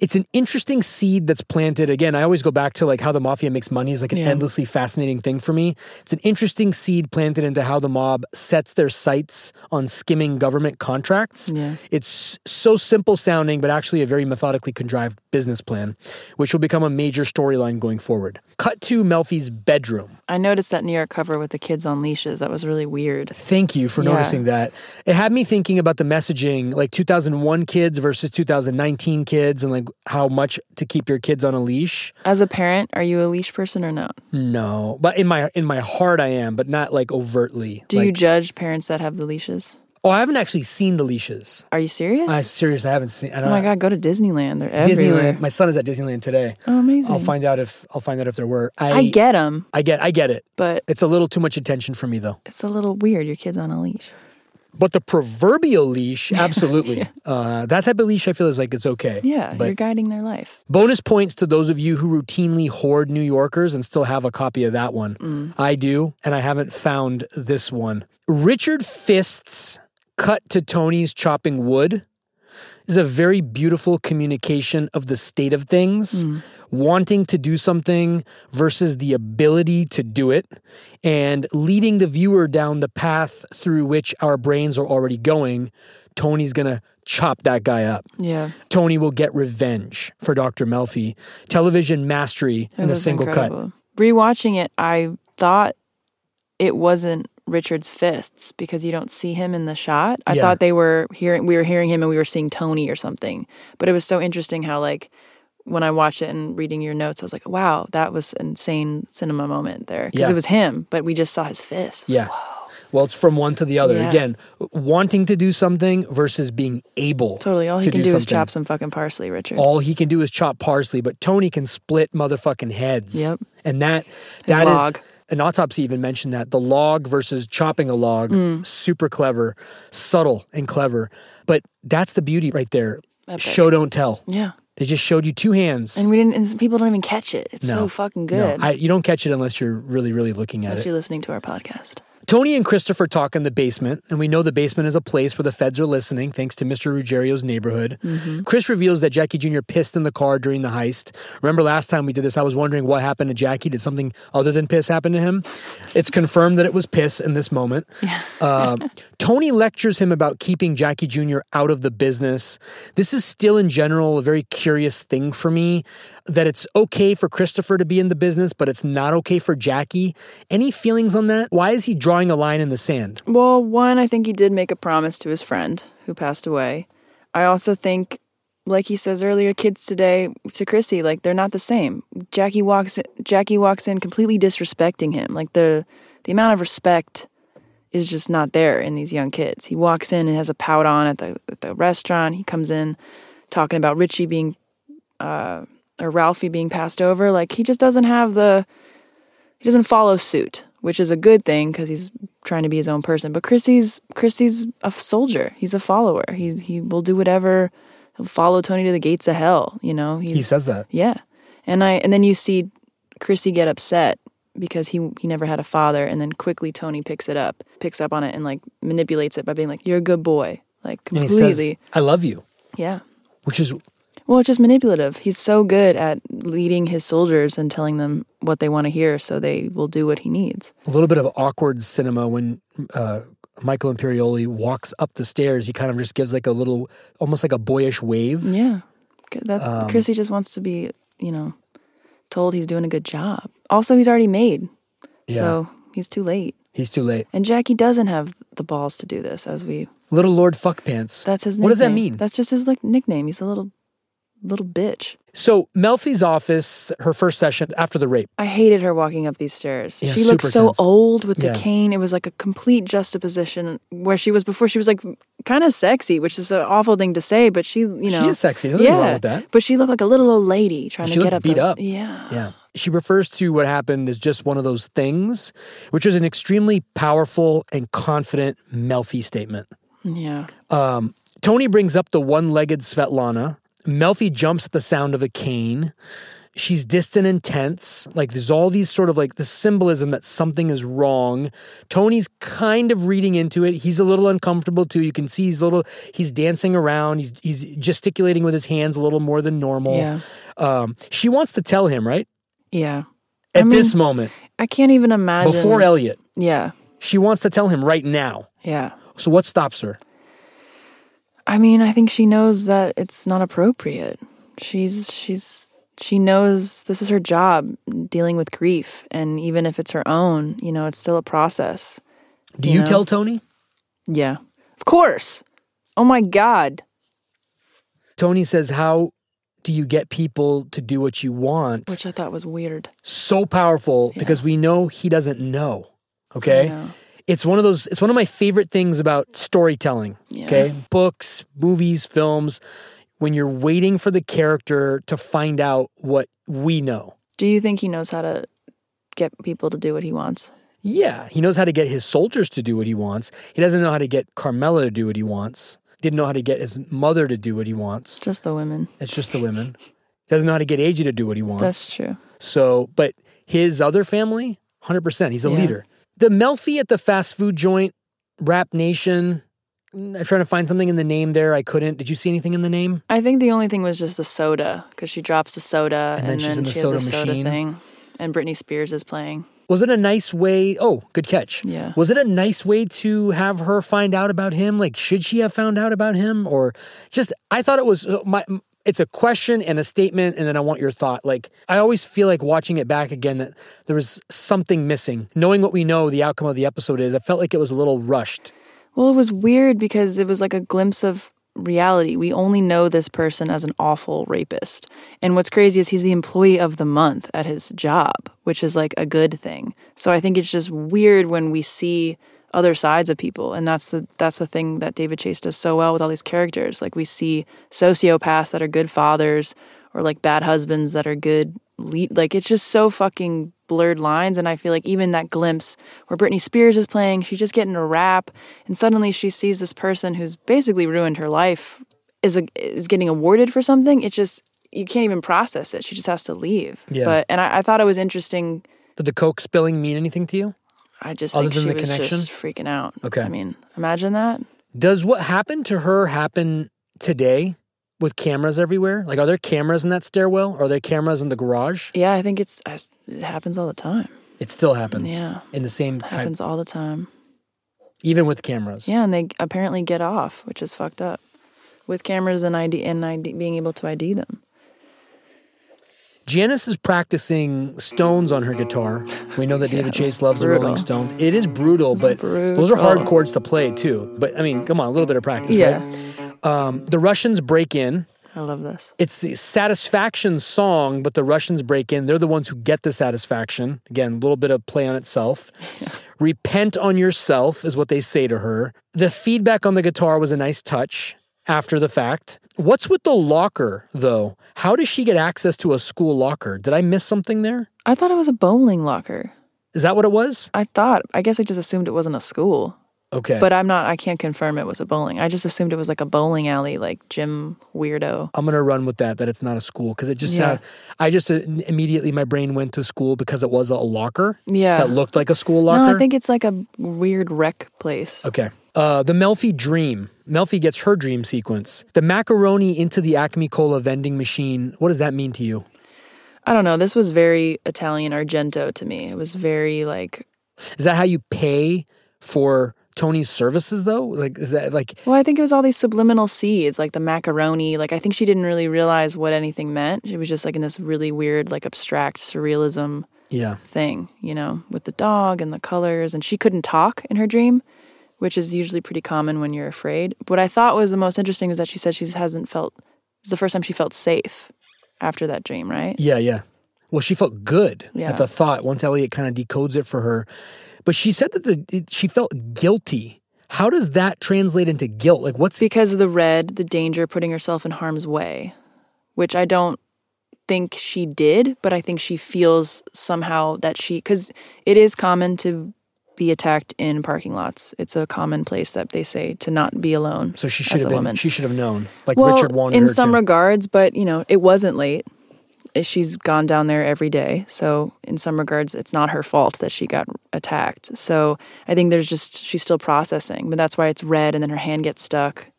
It's an interesting seed that's planted. Again, I always go back to like how the mafia makes money is like an Yeah. endlessly fascinating thing for me. It's an interesting seed planted into how the mob sets their sights on skimming government contracts. Yeah. It's so simple sounding, but actually a very methodically contrived business plan, which will become a major storyline going forward. Cut to Melfi's bedroom. I noticed that New York cover with the kids on leashes. That was really weird. Thank you for Yeah. noticing that. It had me thinking about the messaging, like 2001 kids versus 2019 kids, and like like how much to keep your kids on a leash. As a parent, are you a leash person or not? No, but in my in my heart, I am, but not like overtly. Do you Like- judge parents that have the leashes? oh, I haven't actually seen the leashes. Are you serious? I seriously haven't seen. I don't, oh my god, go to Disneyland. They're everywhere. Disneyland. My son is at Disneyland today. Oh, amazing. I'll find out if I'll find out if there were. I, I get them, I get. I get it. but It's a little too much attention for me though. it's a little weird. Your kid's on a leash. But the proverbial (laughs) leash, absolutely. uh, that type of leash, I feel is like it's okay. Yeah, But you're guiding their life. Bonus points to those of you who routinely hoard New Yorkers and still have a copy of that one. I do, and I haven't found this one. Richard Fist's Cut to Tony's Chopping Wood is a very beautiful communication of the state of things, wanting to do something versus the ability to do it, and leading the viewer down the path through which our brains are already going. Tony's going to chop that guy up. Yeah, Tony will get revenge for Dr. Melfi. Television mastery in a single cut. Rewatching it, I thought it wasn't Richard's fists because you don't see him in the shot. I Yeah. thought they were hearing we were hearing him and we were seeing Tony or something. But it was so interesting how like when I watched it and reading your notes, I was like, wow, that was insane cinema moment there because Yeah. it was him, but we just saw his fists. Yeah. Well, it's from one to the other. Yeah. Again, wanting to do something versus being able. Totally. All he to can do, is something. chop some fucking parsley, Richard. All he can do is chop parsley, but Tony can split motherfucking heads. Yep. And that that is log. an autopsy even mentioned that the log versus chopping a log, Mm. super clever, subtle and clever. But that's the beauty right there. Show don't tell. yeah. They just showed you two hands. And we didn't, and people don't even catch it. It's No. so fucking No, good. I, you don't catch it unless you're really, really looking at Unless it. you're listening to our podcast. Tony and Christopher talk in the basement, and we know the basement is a place where the feds are listening, thanks to Mr. Ruggiero's neighborhood. Mm-hmm. Chris reveals that Jackie Jr. pissed in the car during the heist. Remember last time we did this, I was wondering what happened to Jackie. Did something other than piss happen to him? It's confirmed that it was piss in this moment. Uh, Tony lectures him about keeping Jackie Jr. out of the business. This is still, in general, a very curious thing for me that it's okay for Christopher to be in the business, but it's not okay for Jackie. Any feelings on that? Why is he drawing a line in the sand? Well, one, I think he did make a promise to his friend who passed away. I also think, like he says earlier, kids today to Chrissy, like they're not the same. Jackie walks Jackie walks in completely disrespecting him. Like the the amount of respect is just not there in these young kids. He walks in and has a pout on at the at the restaurant. He comes in talking about Richie being uh, or Ralphie being passed over. Like he just doesn't have the he doesn't follow suit, which is a good thing because he's trying to be his own person. But Chrissy's Chrissy's a f- soldier. He's a follower. He he will do whatever. He'll follow Tony to the gates of hell. You know. He's, He says that. Yeah, and I and then you see Chrissy get upset because he he never had a father, and then quickly Tony picks it up, picks up on it, and like manipulates it by being like, "You're a good boy," like And he completely. says, I love you, yeah. which is Well, it's just manipulative. He's so good at leading his soldiers and telling them what they want to hear so they will do what he needs. a little bit of awkward cinema when uh, Michael Imperioli walks up the stairs. He kind of just gives like a little, almost like a boyish wave. Yeah. 'Cause That's Um, Chrissy just wants to be, you know, told he's doing a good job. Also, he's already made. So he's too late. He's too late. And Jackie doesn't have the balls to do this as we Little Lord Fuck Pants. that's his nickname. What does that mean? That's just his like nickname. He's a little little bitch. So Melfi's office, her first session after the rape. I hated her walking up these stairs. Yeah, she looked super so tense. old with the Yeah. cane. It was like a complete juxtaposition where she was before. She was like kind of sexy, which is an awful thing to say, but she, you know, She is sexy. There's nothing wrong with that. But she looked like a little old lady trying She to looked get up. beat those, up. Yeah. Yeah. (gasps) She refers to what happened as just one of those things, which is an extremely powerful and confident Melfi statement. Yeah. Tony brings up the one legged Svetlana. Melfi jumps at the sound of a cane. She's distant and tense. Like there's all these sort of like the symbolism that something is wrong. Tony's kind of reading into it. He's a little uncomfortable too. You can see he's a little he's dancing around. He's he's gesticulating with his hands a little more than normal. Yeah. Um, she wants to tell him, right? Yeah. At mean, this moment, I can't even imagine. before Elliot. Yeah. She wants to tell him right now. Yeah. So what stops her? I mean, I think she knows that it's not appropriate. She's she's she knows this is her job dealing with grief and even if it's her own, you know, it's still a process. Do You you know? tell Tony? Yeah. Of course. Oh my god. Tony says, How do you get people to do what you want which I thought was weird. so powerful because we know he doesn't know. Okay. know. It's one of those, it's one of my favorite things about storytelling. Okay. Books, movies, films. When you're waiting for the character to find out what we know. Do you think he knows how to get people to do what he wants? Yeah. He knows how to get his soldiers to do what he wants. He doesn't know how to get Carmela to do what he wants. Didn't know how to get his mother to do what he wants. Just the women. It's just the women. Doesn't know how to get AJ to do what he wants. That's true. So, but his other family, 100%, he's a Yeah. leader. The Melfi at the fast food joint, Rap Nation, mm, I'm trying to find something in the name there. I couldn't. Did you see anything in the name? I think the only thing was just the soda because she drops the soda And and, then then, she's in the she soda has a soda machine. thing. And Britney Spears is playing. Was it a nice way? Oh, good catch. Yeah. Was it a nice way to have her find out about him? Like, should she have found out about him? Or just, I thought it was uh, my. m- It's a question and a statement, and then I want your thought. Like, I always feel like watching it back again that there was something missing. Knowing what we know, the outcome of the episode is, I felt like it was a little rushed. Well, it was weird because it was like a glimpse of reality. We only know this person as an awful rapist. And what's crazy is he's the employee of the month at his job, which is like a good thing. So I think it's just weird when we see other sides of people and that's the that's the thing that David Chase does so well with all these characters. Like we see sociopaths that are good fathers or like bad husbands that are good lead like it's just so fucking blurred lines and i feel like even that glimpse where britney spears is playing she's just getting a rap and suddenly she sees this person who's basically ruined her life is a, is getting awarded for something it just you can't even process it she just has to leave Yeah. but and i, I thought it was interesting Did the Coke spilling mean anything to you? i just Other think than she the was connection? just freaking out Okay. i mean imagine that Does what happened to her happen today with cameras everywhere? Like, are there cameras in that stairwell? Are there cameras in the garage? yeah i think it's I s- it happens all the time It still happens. Yeah. In the same it kind, happens all the time even with cameras. Yeah, and they apparently get off, which is fucked up. With cameras and ID and ID being able to ID them. Janice is practicing Stones on her guitar. We know that David Chase loves the Rolling brutal. Stones. It is brutal, but those are hard chords to play too. But I mean, come on, a little bit of practice, Yeah. right? Um, the Russians break in. I love this. it's the satisfaction song, but the Russians break in. They're the ones who get the satisfaction. Again, a little bit of play on (laughs) itself. Repent on yourself is what they say to her. The feedback on the guitar was a nice touch after the fact. What's with the locker, though? How does she get access to a school locker? Did I miss something there? I thought it was a bowling locker. Is that what it was? I thought. I guess I just assumed it wasn't a school. Okay. But I'm not I can't confirm it was a bowling. I just assumed it was like a bowling alley, like gym weirdo. I'm gonna run with that. That it's not a school because it just Yeah. sound- I just uh, immediately my brain went to school because it was a locker Yeah. that looked like a school locker. No, I think it's like a weird rec place. Okay. Uh, the Melfi dream. Melfi gets her dream sequence. The macaroni into the Acme Cola vending machine. What does that mean to you? I don't know. This was very Italian Argento to me. It was very like Is that how you pay for Tony's services though? Like is that like Well, I think it was all these subliminal seeds, like the macaroni. Like I think she didn't really realize what anything meant. She was just like in this really weird, like abstract surrealism yeah. thing, you know, with the dog and the colors. And she couldn't talk in her dream, which is usually pretty common when you're afraid. What I thought was the most interesting is that she said she hasn't felt. It's the first time she felt safe after that dream, right? Yeah, yeah. Well, she felt good Yeah. at the thought once Elliot kind of decodes it for her. But she said that the it, she felt guilty. How does that translate into guilt? Like what's the Because of the red, the danger, putting herself in harm's way, which I don't think she did, but I think she feels somehow that she, because it is common to be attacked in parking lots. It's a common place that they say to not be alone. so she as should a have been woman. she should have known. Like well, Richard wanted in her some to. regards, but you know, it wasn't late. Uh, She's gone down there every day, so in some regards, it's not her fault that she got attacked. So I think there's just she's still processing, but that's why it's red, and then her hand gets stuck,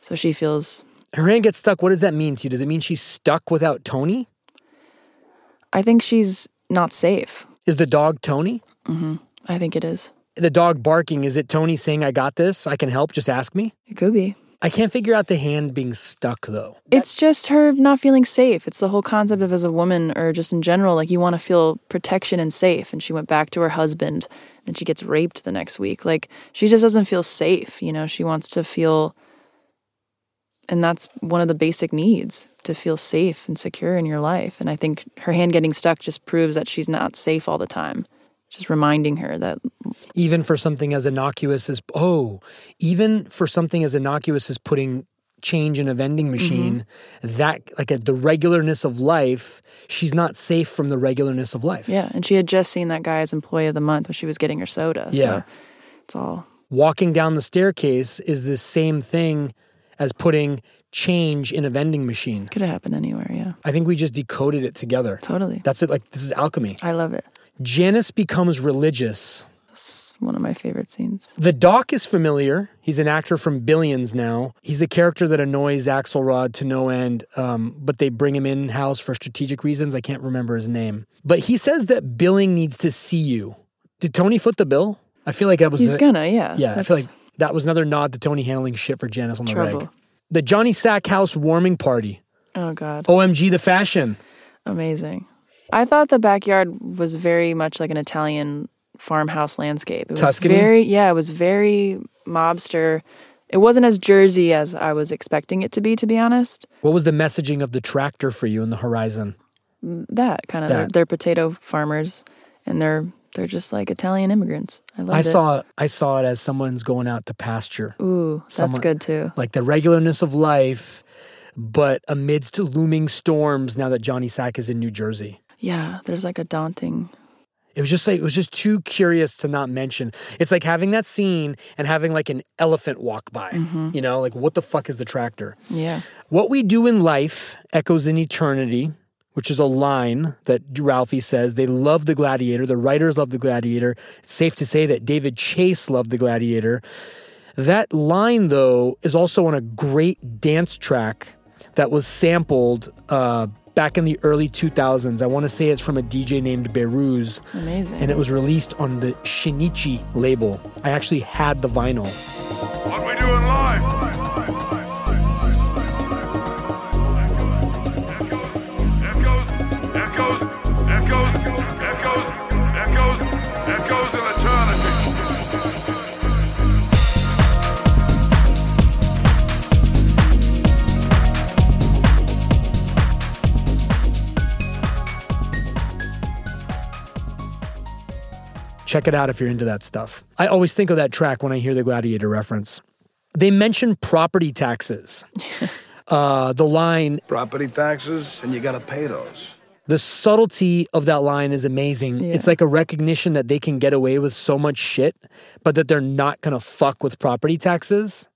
so she feels her hand gets stuck. What does that mean to you? Does it mean she's stuck without Tony? I think she's not safe. Is the dog Tony? I think it is. The dog barking, is it Tony saying, I got this, I can help, just ask me? It could be. I can't figure out the hand being stuck though. It's just her not feeling safe. It's the whole concept of as a woman or just in general, like you want to feel protection and safe. And she went back to her husband and she gets raped the next week. Like she just doesn't feel safe. You know, she wants to feel and that's one of the basic needs to feel safe and secure in your life. And I think her hand getting stuck just proves that she's not safe all the time. Just reminding her that even for something as innocuous as oh, even for something as innocuous as putting change in a Mm-hmm. vending machine, that like a, the regularness of life, she's not safe from the regularness of life. yeah, and she had just seen that guy as employee of the month when she was getting her soda. Yeah. So it's all Walking down the staircase is the same thing as putting change in a vending machine. could have happened anywhere, yeah. I think we just decoded it together. Totally. That's it. Like this is alchemy. I love it. Janice becomes religious. It's one of my favorite scenes. The Doc is familiar. He's an actor from Billions now. He's the character that annoys Axelrod to no end, um, but they bring him in house for strategic reasons. I can't remember his name. But he says that Billing needs to see you. Did Tony foot the bill? I feel like that was He's a- gonna, yeah. yeah. I feel that's like that was another nod to Tony handling shit for Janice on the reg. trouble. The Johnny Sackhouse warming party. Oh God. OMG, the fashion. Amazing. I thought the backyard was very much like an Italian farmhouse landscape. It was Tuscany? very yeah, it was very mobster. It wasn't as Jersey as I was expecting it to be, to be honest. What was the messaging of the tractor for you in the horizon? That kind of they're, That. they're potato farmers and they're they're just like Italian immigrants. I love I it. saw I saw it as someone's going out to pasture. Ooh, someone- that's good too. like the regularness of life, but amidst looming storms now that Johnny Sack is in New Jersey. Yeah, there's like a daunting It was just like it was just too curious to not mention. It's like having that scene and having like an elephant walk by. You know, like what the fuck is the tractor? yeah. What we do in life echoes in eternity, which is a line that Ralphie says. They love the gladiator. The writers love the gladiator. It's safe to say that David Chase loved the gladiator. That line, though, is also on a great dance track that was sampled uh, back in the early 2000s. I want to say it's from a DJ named Beruz, Amazing. and it was released on the Shinichi label. I actually had the vinyl. What we doing live? Echoes, echoes, echoes, echoes, echoes in eternity. Check it out if you're into that stuff. I always think of that track when I hear the Gladiator reference. They mention property taxes. uh, the line, property taxes, and you gotta pay those. the subtlety of that line is amazing. It's like a recognition that they can get away with so much shit, but that they're not going to fuck with property taxes.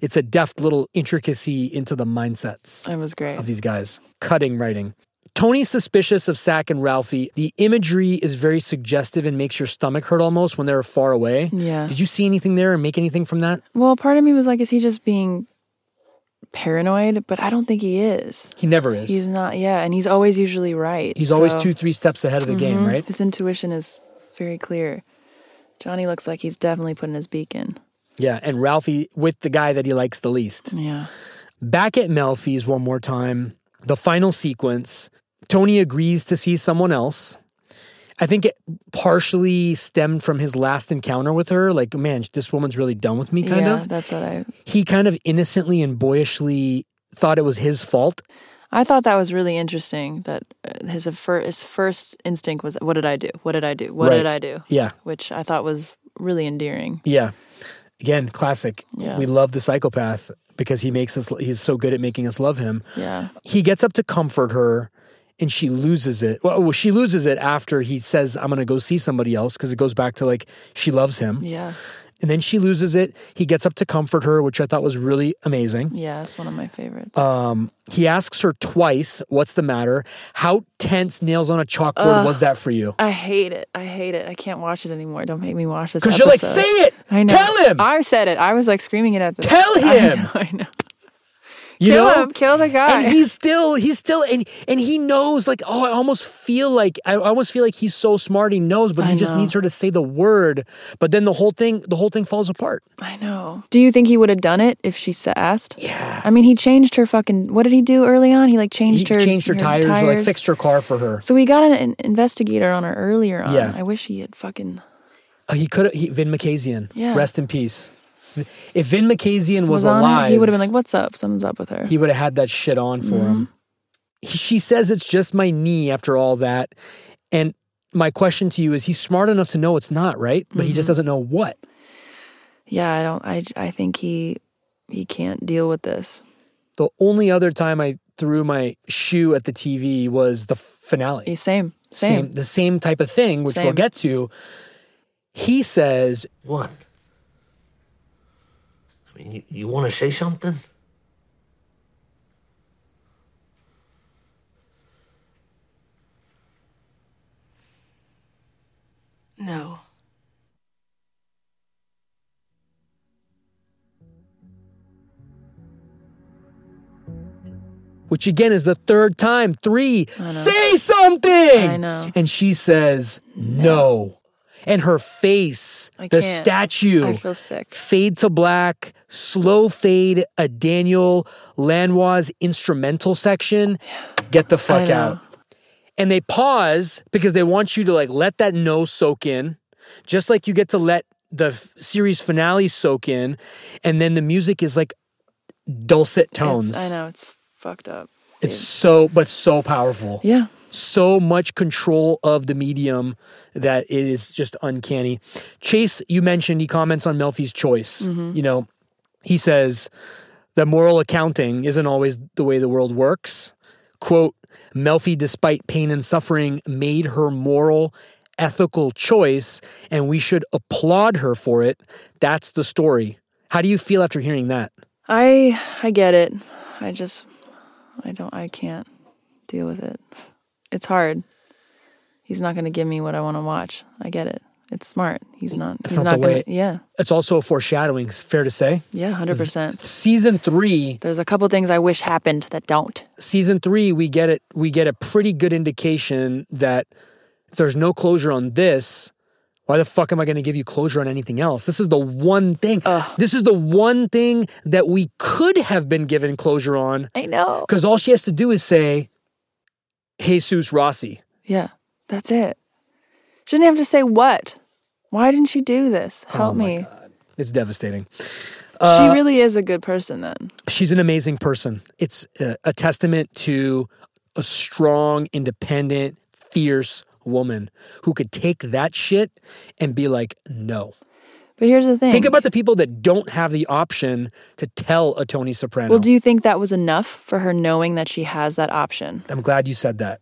It's a deft little intricacy into the mindsets It was great. of these guys. Cutting writing. Tony's suspicious of Sack and Ralphie. The imagery is very suggestive and makes your stomach hurt almost when they're far away. Yeah. Did you see anything there and make anything from that? Well, part of me was like, is he just being paranoid? But I don't think he is. He never is. He's He's, not, yeah, and he's always usually right. always so- Mm-hmm. two, three steps ahead of the game, right? His intuition is very clear. Johnny looks like he's definitely putting his beak in. Yeah. And Ralphie with the guy that he likes the least. Yeah. Back at Melfi's one more time, the final sequence, Tony agrees to see someone else. I think it partially stemmed from his last encounter with her. Like, man, this woman's really done with me, kind yeah, of. that's what I He kind of innocently and boyishly thought it was his fault. I thought that was really interesting that uh, his fir- his first instinct was what did I do? What did I do? What did Right. I do? Yeah. Which I thought was really endearing. Yeah. Again, classic. Yeah. We love the psychopath because he makes us, he's so good at making us love him. Yeah. he gets up to comfort her and she loses it. Well, well, she loses it after he says, I'm going to go see somebody else because it goes back to like, she loves him. Yeah. And then she loses it. He gets up to comfort her, which I thought was really amazing. Yeah, that's one of my favorites. He asks her twice, What's the matter? How tense nails on a chalkboard was that for you? I hate it. I hate it. I can't watch it anymore. Don't make me watch this. Because you're like, episode. Say it! I know. Tell him! I said it. I was like screaming it at the. Tell him! (laughs) I know. I know. you kill know? him. Kill the guy. and he's still he's still and and he knows like oh i almost feel like i almost feel like he's so smart he knows but he I just know. needs her to say the word but then the whole thing the whole thing falls apart I know. Do you think he would have done it if she s- asked? Yeah. I mean, he changed her fucking. What did he do early on? He like changed he her. changed her, tires, or like fixed her car for her. So we got an, an investigator on her earlier on. Yeah. I wish he had fucking. Uh, Oh, he could have, he, Vin McKazian, Yeah. rest in peace. If Vin McKazian was, was on alive, it, he would have been like, Mm-hmm. "What's up? Something's up with her." he would have had that shit on for him. He, she says it's just my knee after all that. And my question to you is he's smart enough to know it's not, right? But Mm-hmm. he just doesn't know what. yeah, I don't. I I think he he can't deal with this. The only other time I threw my shoe at the TV was the finale. He's same same. the same type of thing, which we'll Same. get to. He says, What? I mean, you, you want to say something? No. which again is the third time, three, say something. I know. And she says, no. And her face, I the can't. statue. I feel sick. Fade to Black, Slow Fade, a Daniel Lanois instrumental section. Get the fuck know. out. And they pause because they want you to like let that no soak in, just like you get to let the f- series finale soak in. And then the music is like dulcet tones. It's, I know it's fucked up. It's so, but so powerful. Yeah. So much control of the medium that it is just uncanny. Chase, you mentioned he comments on Melfi's choice. You know, he says that moral accounting isn't always the way the world works. Quote, Melfi, despite pain and suffering, made her moral, ethical choice, and we should applaud her for it. That's the story. How do you feel after hearing that? I I get it. I just I don't I can't deal with it. It's hard. He's not going to give me what I want to watch. I get it. It's smart. He's not. he's not the not going. way- to Yeah. It's also a foreshadowing, fair to say. Yeah. Hundred percent. Season three There's a couple things I wish happened that don't. season three, we get it. We get a pretty good indication that if there's no closure on this, why the fuck am I going to give you closure on anything else? This is the one thing. This is the one thing that we could have been given closure on I know. because all she has to do is say, "Jesus Rossi." Yeah. That's it. She didn't have to say what. Why didn't she do this? Oh Help me. It's devastating. Uh, she really is a good person. Then She's an amazing person. It's a, a testament to a strong, independent, fierce woman who could take that shit and be like, "No." But here's the thing. Think about the people that don't have the option to tell a Tony Soprano. well, do you think that was enough for her knowing that she has that option? I'm glad you said that.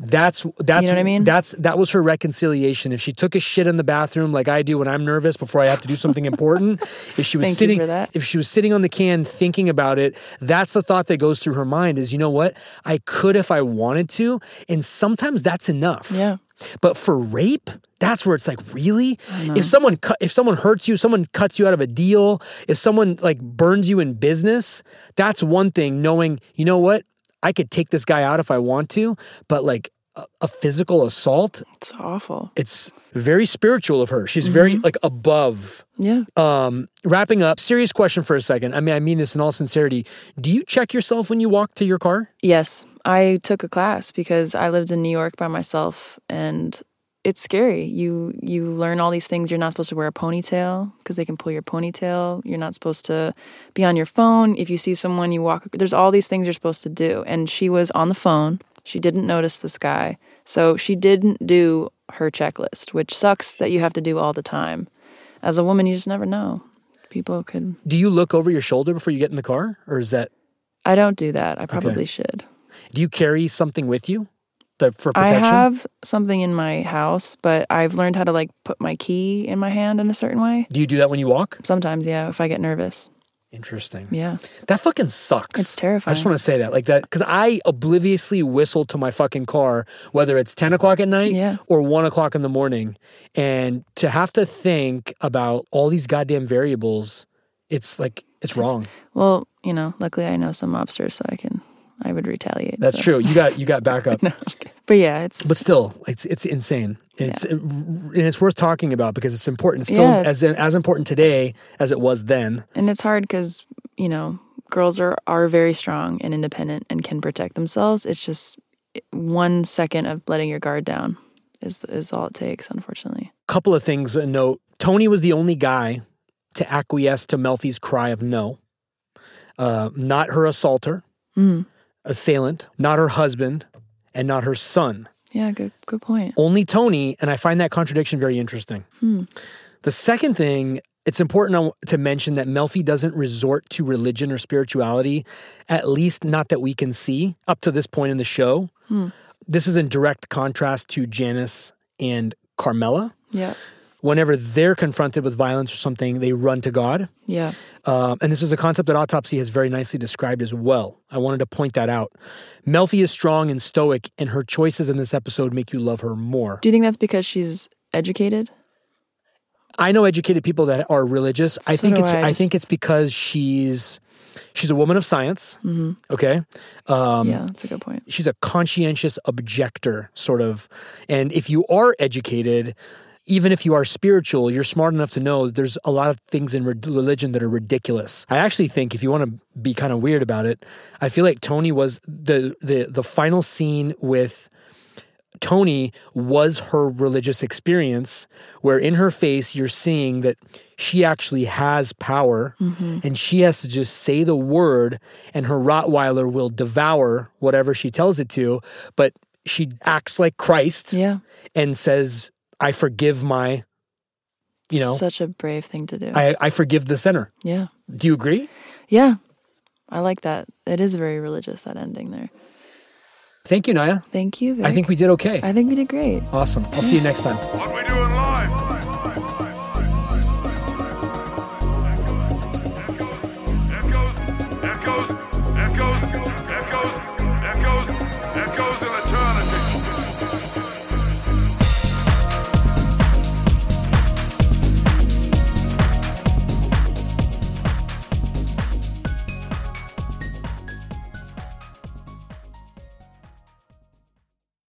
That's that's You know what I mean? That's that was her reconciliation. If she took a shit in the bathroom like I do when I'm nervous before I have to do something (laughs) important, if she was Thank you sitting for that. if she was sitting on the can thinking about it, that's the thought that goes through her mind is you know what? I could if I wanted to, and sometimes that's enough. Yeah. But for rape, that's where it's like, really? If someone cut, if someone hurts you, someone cuts you out of a deal, if someone like burns you in business, that's one thing. Knowing, you know what, I could take this guy out if I want to, but like a, a physical assault, It's awful. it's very spiritual of her. She's Mm-hmm. very like above. Yeah. Um, wrapping up, serious question for a second. I mean, I mean this in all sincerity. Do you check yourself when you walk to your car? Yes, I took a class because I lived in New York by myself and it's scary. You you learn all these things. You're not supposed to wear a ponytail because they can pull your ponytail. You're not supposed to be on your phone. If you see someone, you walk. There's all these things you're supposed to do. And she was on the phone. She didn't notice this guy. So she didn't do her checklist, which sucks that you have to do all the time. As a woman, you just never know. People could. Do you look over your shoulder before you get in the car, or is that I don't do that. I probably should. Do you carry something with you that for I protection? have something in my house, but I've learned how to like put my key in my hand in a certain way. Do you do that when you walk? Sometimes, yeah, if I get nervous. Interesting. Yeah. That fucking sucks. It's I just terrifying. want to say that, like that, because I obliviously whistle to my fucking car, whether it's 10 o'clock at night Yeah. or 1 o'clock in the morning. And to have to think about all these goddamn variables, it's like, it's wrong. Well, you know, luckily I know some mobsters, so I can, I would retaliate. That's so. true. You got, you got (laughs) backup. But yeah, it's, But still, it's it's insane. It's and it's worth talking about because it's important. It's still Yeah, it's- as as important today as it was then. and it's hard because, you know, girls are, are very strong and independent and can protect themselves. It's just one second of letting your guard down is, is all it takes, unfortunately. couple of things a note. Tony was the only guy to acquiesce to Melfi's cry of no. Uh, not her assaulter, assailant, not her husband, and not her son. Yeah, good good point. Only Tony, and I find that contradiction very interesting. The second thing, it's important to mention that Melfi doesn't resort to religion or spirituality, at least not that we can see up to this point in the show. This is in direct contrast to Janice and Carmela. Yeah. Whenever they're confronted with violence or something, they run to God. Yeah. Um, and this is a concept that autopsy has very nicely described as well. I wanted to point that out. Melfi is strong and stoic, and her choices in this episode make you love her more. Do you think that's because she's educated? I know educated people that are religious. I So think do it's I, I, just- think it's because she's she's a woman of science. Mm-hmm. Okay, um, yeah, that's a good point. she's a conscientious objector sort of, and if you are educated. Even if you are spiritual, you're smart enough to know that there's a lot of things in re- religion that are ridiculous. I actually think, if you want to be kind of weird about it, I feel like Tony was the the the final scene with Tony was her religious experience, where in her face you're seeing that she actually has power Mm-hmm. and she has to just say the word, and her Rottweiler will devour whatever she tells it to. But she acts like Christ Yeah. and says, I forgive my, you know, such a brave thing to do. I, I forgive the sinner. yeah. Do you agree? Yeah. I like that. It is very religious that ending there. Thank you, Naya. Thank you. I Vic. think we did okay. I think we did great. Awesome. I'll see you next time. What we do in life.